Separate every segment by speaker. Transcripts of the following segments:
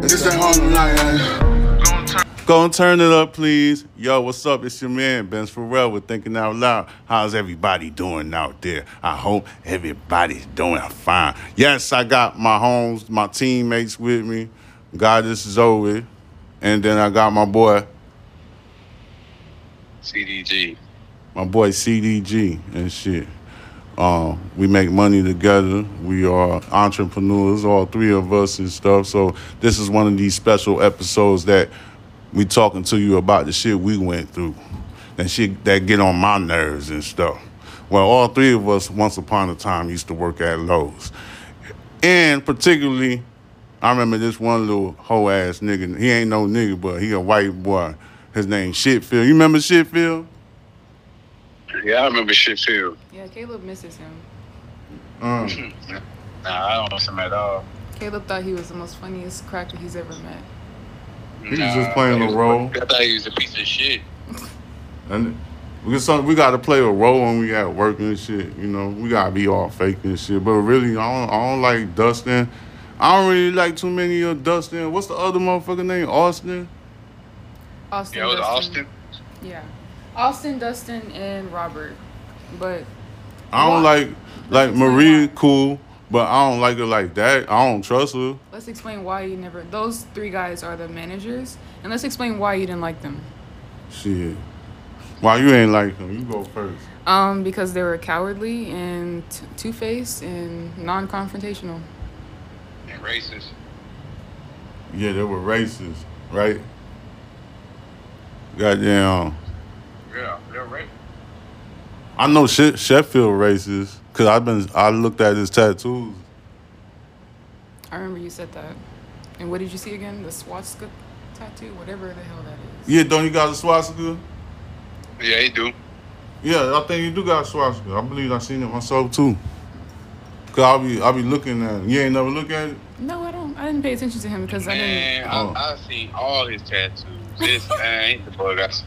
Speaker 1: This ain't Harlem Night, yeah.
Speaker 2: Go and turn it up, please. Yo, what's up? It's your man, Ben's Pharrell. We're thinking out loud. How's everybody doing out there? I hope everybody's doing fine. Yes, I got my homes, my teammates with me. God, this is over. And then I got my boy,
Speaker 3: CDG.
Speaker 2: my boy CDG and shit. Uh, we make money together. We are entrepreneurs, all three of us and stuff. So this is one of these special episodes that we talking to you about the shit we went through, that shit that get on my nerves and stuff. Well, all three of us once upon a time used to work at Lowe's, and particularly, I remember this one little hoe ass nigga. He ain't no nigga, but he a white boy. His name Shitfield. You remember Shitfield?
Speaker 3: Yeah, I remember shit too.
Speaker 4: Yeah, Caleb misses him.
Speaker 2: Mm.
Speaker 3: Nah, I don't miss him at all.
Speaker 4: Caleb thought he was the most funniest cracker he's ever met.
Speaker 3: He
Speaker 2: was just playing a role.
Speaker 3: I thought he was a piece of shit.
Speaker 2: And we got some- we got to play a role when we at work and shit. You know, we gotta be all fake and shit. But really, I don't, I don't like Dustin. I don't really like too many of Dustin. What's the other motherfucker name? Austin.
Speaker 4: Austin.
Speaker 3: Yeah, it was Austin.
Speaker 4: Yeah, Austin, Dustin, and Robert. But
Speaker 2: I don't
Speaker 4: Why?
Speaker 2: like like
Speaker 4: That's not
Speaker 2: Marie
Speaker 4: why.
Speaker 2: cool, but I don't like her like that. I don't trust her.
Speaker 4: let's explain why you never. Those three guys are the managers, and let's explain why you didn't like them.
Speaker 2: Shit. Why you ain't like him? You go first.
Speaker 4: Um, because they were cowardly and t- two-faced and non-confrontational.
Speaker 3: And racist.
Speaker 2: Yeah, they were racist, right? Goddamn.
Speaker 3: Yeah, they're racist.
Speaker 2: I know she- Sheffield racist because I've been I looked at his tattoos.
Speaker 4: I remember you said that. And what did you see again? The swastika tattoo, whatever the hell that is.
Speaker 2: Yeah, don't you got a swastika?
Speaker 3: Yeah, he do.
Speaker 2: Yeah, I think you do got a swastika. I believe I seen it myself too. Cause I'll be I'll be looking at it. You ain't never look at it.
Speaker 4: No, I don't. I didn't pay attention to him because I didn't.
Speaker 3: Man,
Speaker 2: Oh.
Speaker 3: I, I seen all his tattoos. This man, ain't the boy got.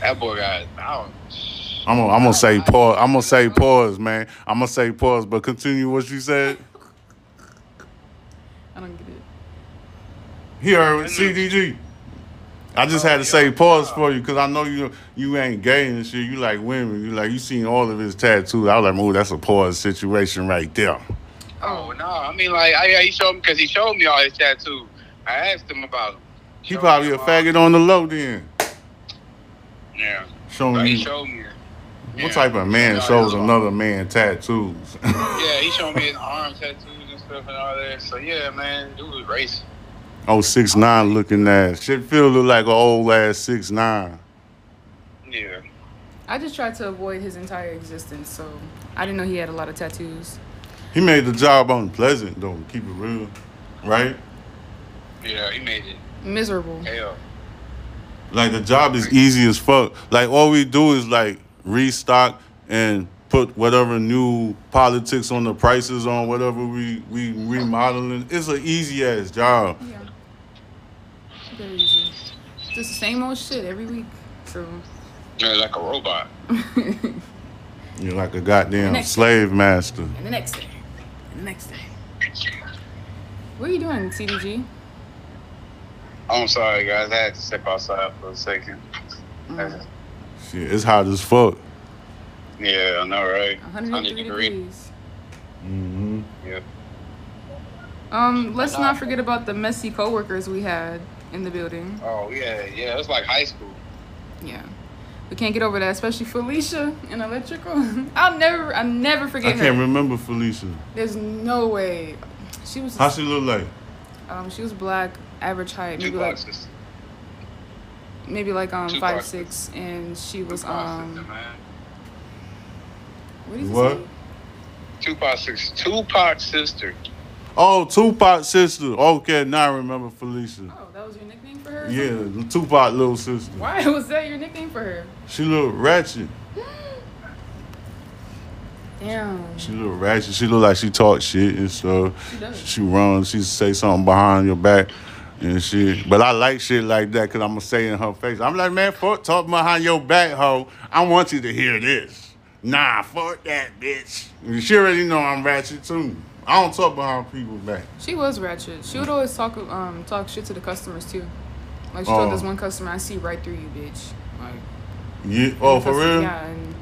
Speaker 3: That boy got. I don't.
Speaker 2: I'm gonna I'm gonna say pause. I'm gonna say pause, man. I'm gonna say pause. But continue what you said.
Speaker 4: I don't get it.
Speaker 2: Here with CDG. I just had to say pause for you because I know you you ain't gay and shit. You like women. You like you seen all of his tattoos. I was like, oh, that's a pause situation right there.
Speaker 3: Oh no, I mean like, I, he showed me because he showed me all his tattoos. I asked him about. Him.
Speaker 2: He
Speaker 3: Showed
Speaker 2: probably
Speaker 3: me
Speaker 2: a
Speaker 3: all-
Speaker 2: faggot on the low then.
Speaker 3: Yeah,
Speaker 2: Showing
Speaker 3: like, he
Speaker 2: you
Speaker 3: showed me. Yeah.
Speaker 2: what type of man
Speaker 3: He
Speaker 2: shows
Speaker 3: all-
Speaker 2: another man tattoos.
Speaker 3: Yeah, he showed me his arm tattoos and stuff and all that. So yeah, man, dude was racist.
Speaker 2: oh six nine looking ass. Shit feel look like an old ass six nine.
Speaker 3: Yeah.
Speaker 4: I just tried to avoid his entire existence, so I didn't know he had a lot of tattoos.
Speaker 2: He made the job unpleasant though, to keep it real. Right?
Speaker 3: Yeah, he made it
Speaker 4: Miserable.
Speaker 3: hell.
Speaker 2: Like the job is easy as fuck. Like all we do is like restock and put whatever new politics on the prices on whatever we we remodeling. It's an easy ass job.
Speaker 4: Yeah. Very easy. Just the same old shit every week. So
Speaker 3: Yeah, like a robot.
Speaker 2: You're like a goddamn
Speaker 4: Next.
Speaker 2: slave master.
Speaker 4: and the next day. And the next day. What are you doing, CDG?
Speaker 3: I'm sorry, guys. I had to step outside for a second.
Speaker 4: Mm.
Speaker 2: Shit, it's hot as fuck.
Speaker 3: Yeah, I know, right?
Speaker 4: 103 degrees.
Speaker 2: Mm-hmm.
Speaker 3: Yeah.
Speaker 4: Um, let's not forget about the messy coworkers we had in the building.
Speaker 3: Oh, yeah, yeah. It's like high school.
Speaker 4: Yeah. We can't get over that, especially Felicia in electrical. I'll never I'll never
Speaker 2: I
Speaker 4: forget her.
Speaker 2: can't remember Felicia.
Speaker 4: There's no way. She was
Speaker 2: How she look like?
Speaker 4: um she was black, average height,
Speaker 3: Two
Speaker 4: maybe like
Speaker 3: boxes.
Speaker 4: maybe like um
Speaker 3: Two
Speaker 4: five
Speaker 3: boxes.
Speaker 4: six and she was
Speaker 3: Two boxes,
Speaker 4: um
Speaker 3: man.
Speaker 4: what did you
Speaker 2: What?
Speaker 4: say?
Speaker 3: Tupac sister. Tupac sister.
Speaker 2: Oh, Tupac sister. Okay, now I remember Felicia.
Speaker 4: Oh, that was your nickname for her?
Speaker 2: Yeah, Tupac little sister.
Speaker 4: Why was that your nickname for her?
Speaker 2: She look ratchet.
Speaker 4: Damn.
Speaker 2: She look ratchet. She look like she talk shit and stuff.
Speaker 4: She does.
Speaker 2: She runs. She say something behind your back and shit. But I like shit like that because I'm gonna say in her face. I'm like, man, fuck talk behind your back, hoe. I want you to hear this. Nah, fuck that, bitch. She already know I'm ratchet too. I don't talk behind people back.
Speaker 4: She was ratchet. She would
Speaker 2: Mm.
Speaker 4: always talk um talk shit to the customers too. Like she
Speaker 2: Oh.
Speaker 4: told this one customer, "I see right through you, bitch." Like
Speaker 2: Yeah. Oh,
Speaker 4: the
Speaker 2: for
Speaker 4: customer-
Speaker 2: real?
Speaker 4: Yeah. And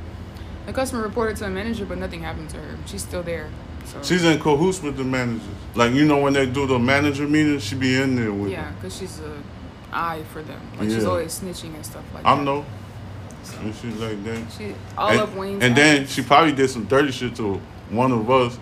Speaker 4: the customer reported to the manager, but nothing happened to her. She's still there. So
Speaker 2: She's in cahoots with the managers. Like you know when they do the manager meeting, she be in there with.
Speaker 4: yeah,
Speaker 2: Them.
Speaker 4: because she's a eye for them. Like she's
Speaker 2: Yeah.
Speaker 4: always snitching and stuff like
Speaker 2: I
Speaker 4: that.
Speaker 2: know. And she's like that.
Speaker 4: She all
Speaker 2: and,
Speaker 4: up Wayne's.
Speaker 2: and then
Speaker 4: ass.
Speaker 2: she probably did some dirty shit to one of us.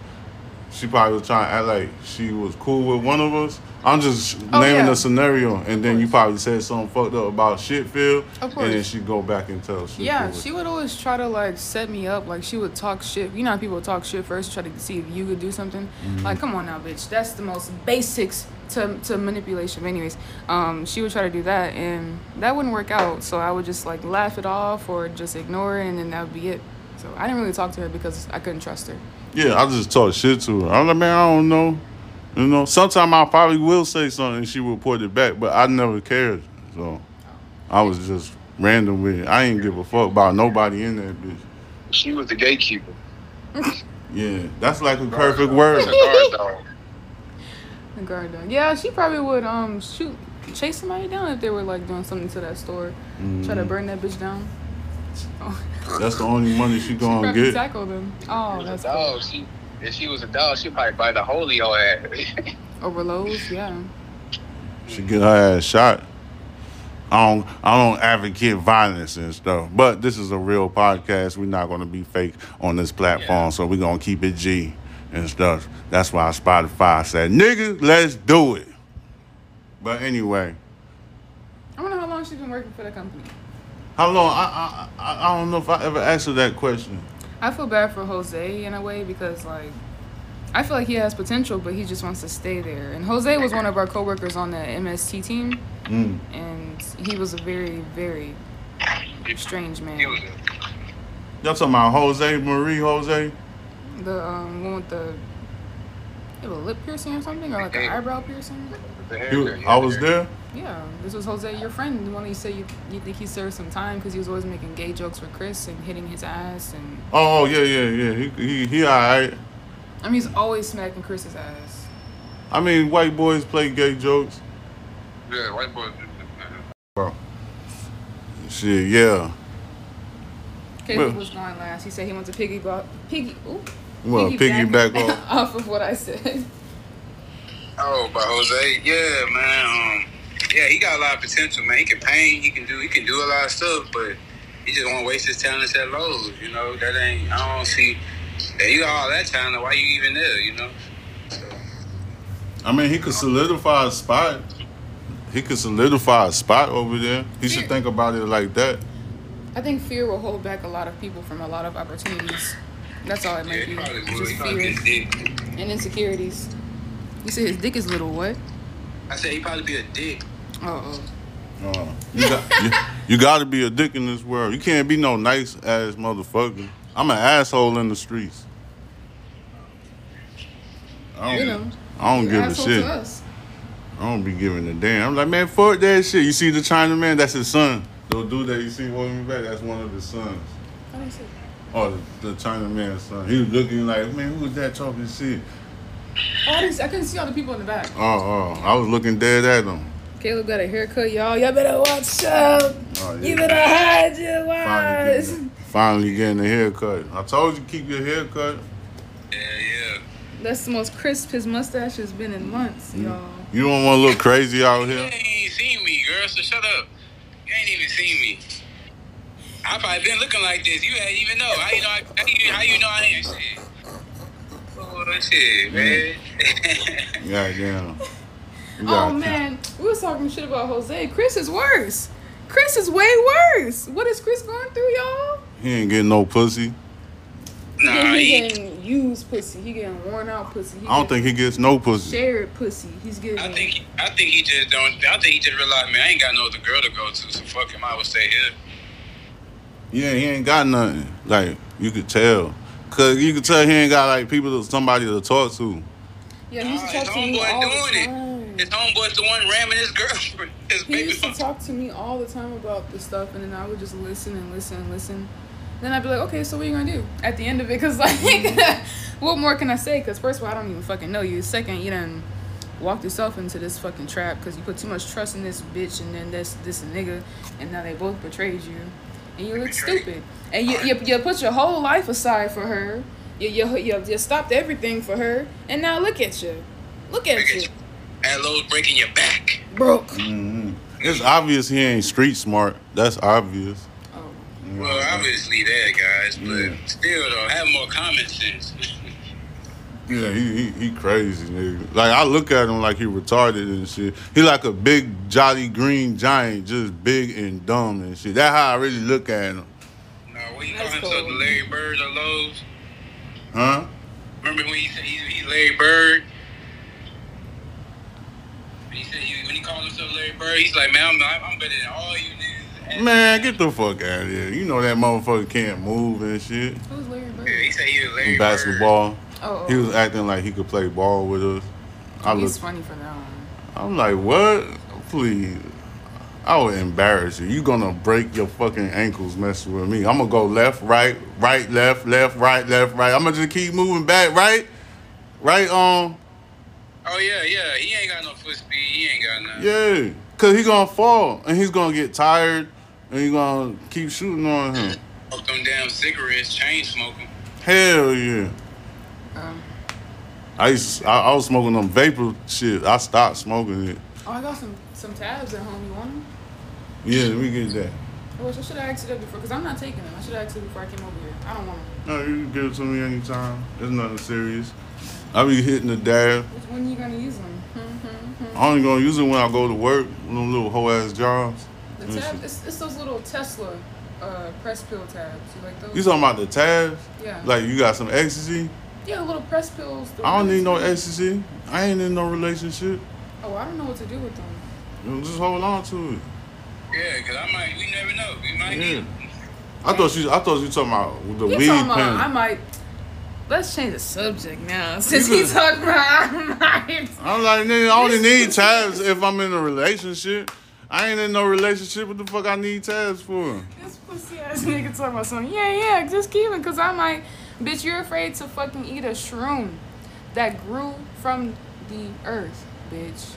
Speaker 2: She probably was trying to act like she was cool with one of us. I'm just
Speaker 4: Oh,
Speaker 2: naming
Speaker 4: yeah.
Speaker 2: a scenario, and then you
Speaker 4: course.
Speaker 2: probably said something fucked up about Shitfield, and
Speaker 4: Of
Speaker 2: then
Speaker 4: course.
Speaker 2: she go back and tell Shitfield.
Speaker 4: Yeah, she would always try to like set me up. Like she would talk shit. You know how people talk shit first, try to see if you could do something. Like, come on now, bitch. That's the most basics to to manipulation. But anyways, um, she would try to do that, and that wouldn't work out. So I would just like laugh it off or just ignore it, and then that would be it. So I didn't really talk to her because I couldn't trust her.
Speaker 2: Yeah, I just talk shit to her. I'm like, man, I don't know. You know, sometime I probably will say something and she will report it back, but I never cared. So I was just random with it. I ain't give a fuck about nobody in that bitch.
Speaker 3: She was the gatekeeper.
Speaker 2: Yeah, that's like a perfect word.
Speaker 3: She's a guard dog.
Speaker 4: The guard dog. Yeah, she probably would um shoot chase somebody down if they were like doing something to that store, try to burn that bitch down. Oh,
Speaker 2: That's the only money she
Speaker 4: she
Speaker 2: gonna
Speaker 4: probably
Speaker 2: get.
Speaker 4: tackle them. Oh,
Speaker 3: She was
Speaker 4: that's
Speaker 3: a dog. She, if she was a dog, she'd probably bite the hole in your ass.
Speaker 4: over Lowe's. Yeah.
Speaker 2: She get her ass shot. I don't, I don't advocate violence and stuff, but this is a real podcast. We're not gonna be fake on this platform,
Speaker 3: Yeah.
Speaker 2: so we're gonna keep it G and stuff. That's why Spotify said, "Nigga, let's do it." But anyway,
Speaker 4: I wonder how long she's been working for the company.
Speaker 2: how long? I, I, I, I don't know if I ever asked her that question.
Speaker 4: I feel bad for Jose in a way because like I feel like he has potential, but he just wants to stay there. And Jose was one of our coworkers on the MST team,
Speaker 2: Mm.
Speaker 4: and he was a very, very strange
Speaker 3: She was
Speaker 4: man.
Speaker 3: a-
Speaker 2: Y'all talking about Jose Marie Jose?
Speaker 4: The um, one with the they have a lip piercing or something, or like an eyebrow piercing.
Speaker 3: the
Speaker 2: He was-
Speaker 3: haircut,
Speaker 2: I was
Speaker 3: yeah.
Speaker 2: there.
Speaker 4: Yeah, this was Jose, your friend, the one that you said you, you think he served some time because he was always making gay jokes with Chris and hitting his ass, and
Speaker 2: Oh yeah, yeah, yeah. He, he, he all right.
Speaker 4: I mean he's always smacking Chris's ass.
Speaker 2: I mean, white boys play gay jokes.
Speaker 3: Yeah, white boy.
Speaker 2: Bro. Shit, yeah.
Speaker 4: Caleb
Speaker 2: Well-
Speaker 4: was going last. He said he wants to piggyback, piggy, ooh,
Speaker 2: Well, piggyback off.
Speaker 4: off of what I said.
Speaker 3: Oh, but Jose, yeah, man. Um, yeah, he got a lot of potential, man. He can paint. He can do. He can do a lot of stuff, but he just won't waste his talents at Lowe's. You know that ain't. I don't see. Hey, you got all that talent. Why you even there? You know. So,
Speaker 2: I mean, he could solidify a spot. He could solidify a spot over there. He should think about it like that.
Speaker 4: I think fear will hold back a lot of people from a lot of opportunities. That's all it
Speaker 3: yeah,
Speaker 4: might
Speaker 3: he
Speaker 4: be.
Speaker 3: probably
Speaker 4: It's
Speaker 3: would.
Speaker 4: Just
Speaker 3: He probably
Speaker 4: fear
Speaker 3: just did.
Speaker 4: and insecurities. You said his dick is little. What?
Speaker 3: I said he probably be a dick.
Speaker 4: Oh, oh.
Speaker 2: Uh, you, got, you, you gotta be a dick in this world. You can't be no nice ass motherfucker. I'm an asshole in the streets. I
Speaker 4: You
Speaker 2: don't,
Speaker 4: know,
Speaker 2: I don't give a
Speaker 4: Asshole
Speaker 2: shit.
Speaker 4: To us.
Speaker 2: I don't be giving a damn. I'm like, man, fuck that shit. You see the Chinaman? That's his son. The dude that you see walking back, that's one of his sons.
Speaker 4: How do you say?
Speaker 2: Oh, the, the Chinaman's son. He was looking like, man, who was that talking shit?
Speaker 4: Oh, I, didn't, see- I couldn't see all the people in the back.
Speaker 2: Oh, oh, I was looking dead at him.
Speaker 4: Caleb got a haircut, y'all. Y'all better watch out.
Speaker 2: Oh, yeah.
Speaker 4: You better hide your
Speaker 2: Finally
Speaker 4: eyes.
Speaker 2: getting, finally getting a haircut. I told you keep your haircut.
Speaker 3: Yeah, yeah.
Speaker 4: That's the most crisp his mustache has been in months,
Speaker 2: Mm.
Speaker 4: y'all.
Speaker 2: You don't want to look crazy out
Speaker 3: You
Speaker 2: here.
Speaker 3: ain't even seen me, girl, so shut up. You ain't even seen me. I probably been looking like this. You ain't even know. How you know I, how, you, how you know I ain't shit? Oh, shit, man.
Speaker 2: Yeah, damn.
Speaker 4: Oh man, we was talking shit about Jose. Chris is worse. Chris is way worse. What is Chris going through, y'all?
Speaker 2: He ain't getting no pussy.
Speaker 3: nah,
Speaker 4: he
Speaker 3: he,
Speaker 4: getting used pussy. He getting worn out pussy. He
Speaker 2: I don't
Speaker 4: getting
Speaker 2: think he gets no pussy.
Speaker 4: shared pussy. He's getting.
Speaker 3: I think I think he just don't. I think he just realized, man, I ain't got no other girl to go to, so fuck him. I would stay here.
Speaker 2: Yeah, he ain't got nothing. Like you could tell, cause you could tell he ain't got like people, to, somebody to talk to.
Speaker 4: yeah, he used
Speaker 3: Nah,
Speaker 4: to
Speaker 3: his
Speaker 4: talk to me
Speaker 3: homeboy
Speaker 4: all the
Speaker 3: doing
Speaker 4: time.
Speaker 3: His homeboy's the one ramming his girlfriend, his
Speaker 4: He
Speaker 3: baby
Speaker 4: used to
Speaker 3: mama.
Speaker 4: talk to me all the time about the stuff, and then I would just listen and listen and listen. Then I'd be like, okay, so what are you gonna do at the end of it? Cause like, what more can I say? Cause first of all, I don't even fucking know you. Second, you done walked yourself into this fucking trap because you put too much trust in this bitch and then this this nigga, and now they both betrayed you, and you look stupid. And you you, you put your whole life aside for her. You, you you you stopped everything for her, and now look at you, look at you,
Speaker 3: Hello, breaking your back.
Speaker 4: broke.
Speaker 2: Mm. It's obvious he ain't street smart. That's obvious.
Speaker 4: Oh,
Speaker 3: Well, obviously that, guys, but
Speaker 2: Yeah.
Speaker 3: still though, have more common sense.
Speaker 2: Yeah, he, he, he crazy, nigga. Like I look at him like he retarded and shit. He like a big jolly green giant, just big and dumb and shit. That's how I really look at him,
Speaker 3: no, what you call
Speaker 4: That's
Speaker 3: himself, the
Speaker 4: cool.
Speaker 3: Larry Bird or Lowe's?
Speaker 2: huh?
Speaker 3: Remember when he said he, he Larry Bird? When he said he, when he called himself Larry Bird, he's like, man, I'm, I'm better than all you niggas. And-
Speaker 2: Man, get the fuck out of here. You know that motherfucker can't move and shit.
Speaker 4: who's Larry Bird?
Speaker 3: Yeah, he said he was Larry
Speaker 2: In
Speaker 3: Bird.
Speaker 2: basketball,
Speaker 4: Oh,
Speaker 2: he was acting like he could play ball with us. I
Speaker 4: he's
Speaker 2: look,
Speaker 4: funny for that one.
Speaker 2: I'm like, what? Please, I would embarrass you. You gonna break your fucking ankles messing with me? I'm gonna go left, right, right, left, left, right, left, right. I'm gonna just keep moving back, right, right um, on.
Speaker 3: Oh yeah, yeah. He ain't got no foot speed. He ain't got nothing.
Speaker 2: Yeah, cause he gonna fall and he's gonna get tired and you gonna keep shooting on him.
Speaker 3: Smoke them damn cigarettes, chain smoking.
Speaker 2: Hell yeah.
Speaker 4: Um,
Speaker 2: I used I, I was smoking them vapor shit. I stopped smoking it.
Speaker 4: oh, I got some some tabs at home. You want them?
Speaker 2: Yeah, let me get that.
Speaker 4: I wish I should have asked you that before, cause I'm not taking them. I should have asked you before I came over here. I don't want them.
Speaker 2: No, you can give it to me anytime. It's nothing serious. I be hitting the dab.
Speaker 4: Which when are you gonna use them? Hmm, hmm, hmm.
Speaker 2: I only gonna use it when I go to work. Them little hoe ass jobs. and
Speaker 4: The tabs,
Speaker 2: shit.
Speaker 4: it's, it's those little Tesla uh, press pill tabs. You like those?
Speaker 2: You talking about the tabs?
Speaker 4: yeah.
Speaker 2: Like you got some ecstasy?
Speaker 4: yeah, the little press pills. the
Speaker 2: I don't
Speaker 4: ones
Speaker 2: need no
Speaker 4: that-
Speaker 2: ecstasy. I ain't in no relationship.
Speaker 4: Oh, I don't know what to do with them.
Speaker 2: You know, just hold on to it.
Speaker 3: Yeah, 'cause I might. We never know. We might.
Speaker 2: Yeah.
Speaker 3: Yeah.
Speaker 2: I thought you I thought you talking about the
Speaker 4: You
Speaker 2: weed
Speaker 4: talking about?
Speaker 2: pen.
Speaker 4: I might. Let's change the subject now, since
Speaker 2: You
Speaker 4: he
Speaker 2: could-
Speaker 4: talking about I might.
Speaker 2: I'm like, nigga, I only need tabs if I'm in a relationship. I ain't in no relationship. What the fuck I need tabs for?
Speaker 4: This pussy ass nigga talking about something. Yeah, yeah, just keep it, cause I might. Bitch, you're afraid to fucking eat a shroom that grew from the earth, bitch.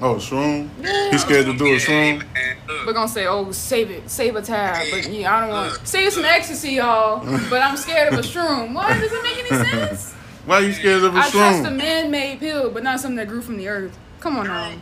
Speaker 2: Oh, shroom?
Speaker 4: Yeah.
Speaker 2: He's scared to do a
Speaker 3: hey,
Speaker 2: shroom?
Speaker 3: man, look.
Speaker 4: We're gonna say, oh, save it, save a tab, but yeah, I don't want. Save some ecstasy, y'all, but I'm scared of a shroom. What? Does it make any sense?
Speaker 2: Why you scared of a
Speaker 4: I trust a
Speaker 2: shroom?
Speaker 4: man-made pill, but not something that grew from the earth. Come on now.
Speaker 3: Shroom-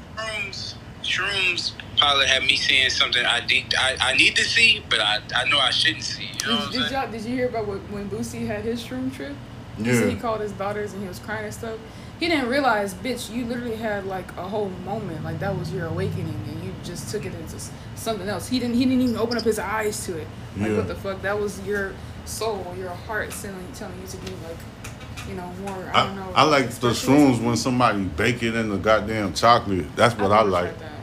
Speaker 3: Shrooms, shrooms probably have me seeing something I need, I, I need to see, but I, I know I shouldn't see. You know what
Speaker 4: Did,
Speaker 3: I'm
Speaker 4: did
Speaker 3: saying?
Speaker 4: y'all did you hear about what, when Boosie had his shroom trip? He said he
Speaker 2: Yeah.
Speaker 4: called his daughters and he was crying and stuff. He didn't realize, bitch, you literally had like a whole moment, like that was your awakening, and you just took it into s- something else. He didn't he didn't even open up his eyes to it. Like
Speaker 2: Yeah.
Speaker 4: what the fuck? That was your soul, your heart telling telling you to be like, you know, more. I don't know.
Speaker 2: I, I like the
Speaker 4: expression or
Speaker 2: shrooms
Speaker 4: something.
Speaker 2: when somebody bake it in the goddamn chocolate. That's
Speaker 4: I've
Speaker 2: what I
Speaker 4: never
Speaker 2: like.
Speaker 4: tried that.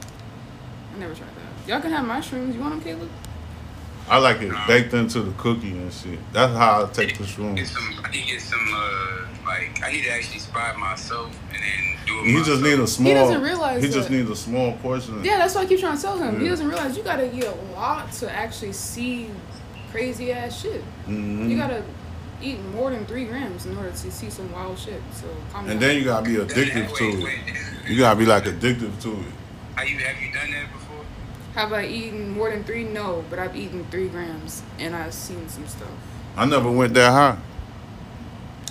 Speaker 4: I never tried that. Y'all can have my shrooms. You want them, Caleb?
Speaker 2: I like it baked into the cookie and shit. That's how I take the
Speaker 3: Get
Speaker 2: shrooms.
Speaker 3: some, I need to get some, uh, like, I need to actually spy myself and then do it
Speaker 2: You
Speaker 3: myself.
Speaker 2: just need a small.
Speaker 4: doesn't realize
Speaker 2: He just
Speaker 4: that.
Speaker 2: needs a small portion.
Speaker 4: Yeah, that's what I keep trying to tell him. He
Speaker 2: Mm. Yeah.
Speaker 4: doesn't realize you gotta eat a lot to actually see crazy ass shit.
Speaker 2: Mhm.
Speaker 4: You gotta eat more than three grams in order to see some wild shit. So calm
Speaker 2: And
Speaker 4: down.
Speaker 2: then you gotta be addicted to
Speaker 3: Wait,
Speaker 2: it.
Speaker 3: wait.
Speaker 2: You gotta be like addicted to it.
Speaker 3: Are you, have you done that before?
Speaker 4: have I eaten more than three? No, but I've eaten three grams and I've seen some stuff.
Speaker 2: I never went that high.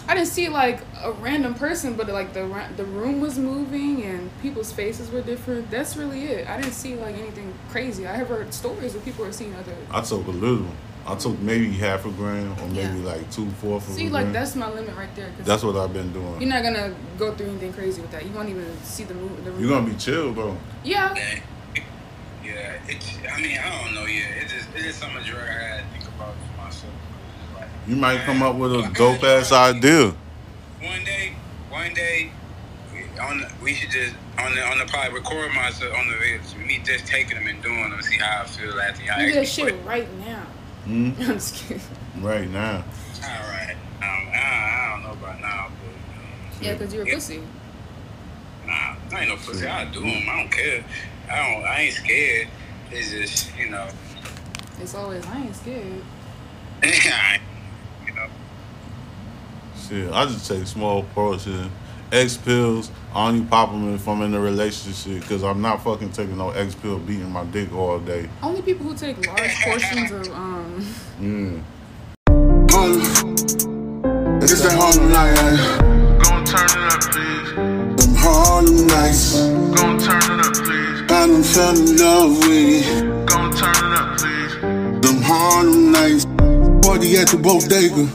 Speaker 4: I didn't see like a random person, but like the ra- the room was moving and people's faces were different. That's really it. I didn't see like anything crazy. I have heard stories where people are seeing other.
Speaker 2: I took a little. I took maybe half a gram or maybe
Speaker 4: Yeah.
Speaker 2: like two fourths of
Speaker 4: See,
Speaker 2: a
Speaker 4: like
Speaker 2: gram.
Speaker 4: that's my limit right there. 'cause
Speaker 2: That's what I've been doing.
Speaker 4: You're not gonna go through anything crazy with that. You won't even see the move. The
Speaker 2: You're gonna be chill though.
Speaker 4: yeah.
Speaker 3: Yeah, it's, I mean, I don't know yet. It's just, it's just something drug I gotta think about for myself. Like,
Speaker 2: You might come up with
Speaker 3: Well,
Speaker 2: a
Speaker 3: I
Speaker 2: dope
Speaker 3: gotta
Speaker 2: ass
Speaker 3: try.
Speaker 2: idea.
Speaker 3: One day, one day, we- on the, we should just on the on the pod record myself on the videos. Me just taking them and doing them, see how I feel after y'all.
Speaker 4: You do
Speaker 3: actually
Speaker 4: that shit right now.
Speaker 2: Hmm?
Speaker 4: I'm just kidding.
Speaker 2: Right now.
Speaker 3: put- All right, um, I, I don't know about now, but um,
Speaker 4: Yeah, because you're a
Speaker 3: Yeah.
Speaker 4: pussy.
Speaker 3: um, nah, I ain't no pussy. I do them. I don't care. I don't. I ain't scared. It's just you know.
Speaker 4: It's always, I ain't scared.
Speaker 3: you know.
Speaker 5: Shit, I just take small portions. X pills, I only pop them if I'm in a relationship because I'm not fucking taking no X pill beating my dick all day.
Speaker 4: Only people who take large portions of um.
Speaker 5: Mm.
Speaker 1: Home. It's that Harlem night. eh?
Speaker 6: Gonna turn it up, please.
Speaker 1: Them Harlem nights.
Speaker 6: Gonna turn it up, please.
Speaker 1: I done fell in love with it.
Speaker 6: Gonna turn it up, please.
Speaker 1: Them Harlem nights. Party at the bodega.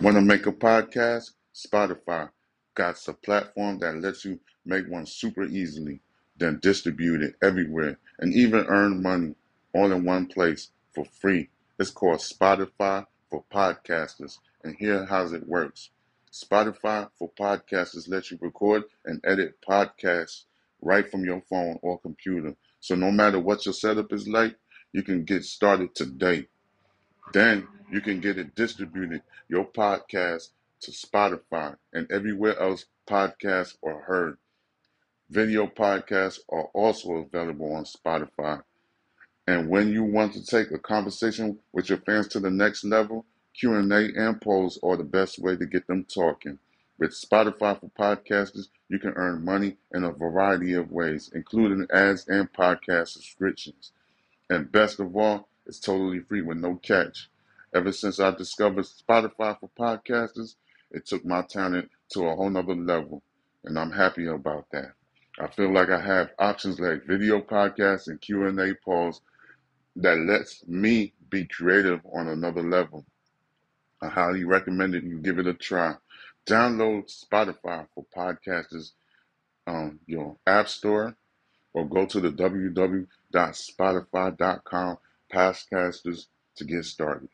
Speaker 2: Want to make a podcast? Spotify got a platform that lets you make one super easily, then distribute it everywhere and even earn money all in one place for free. It's called Spotify for Podcasters, and here how's it works. Spotify for Podcasters lets you record and edit podcasts right from your phone or computer. So no matter what your setup is like, you can get started today. Then you can get it distributed, your podcast, to Spotify and everywhere else podcasts are heard. Video podcasts are also available on Spotify. And when you want to take a conversation with your fans to the next level, Q&A and polls are the best way to get them talking. With Spotify for podcasters, you can earn money in a variety of ways, including ads and podcast subscriptions. And best of all, it's totally free with no catch. Ever since I discovered Spotify for podcasters, it took my talent to a whole nother level, and I'm happy about that. I feel like I have options like video podcasts and Q&A polls that lets me be creative on another level. I highly recommend it. You give it a try. Download Spotify for podcasters on your app store or go to the www.spotify.com podcasters to get started.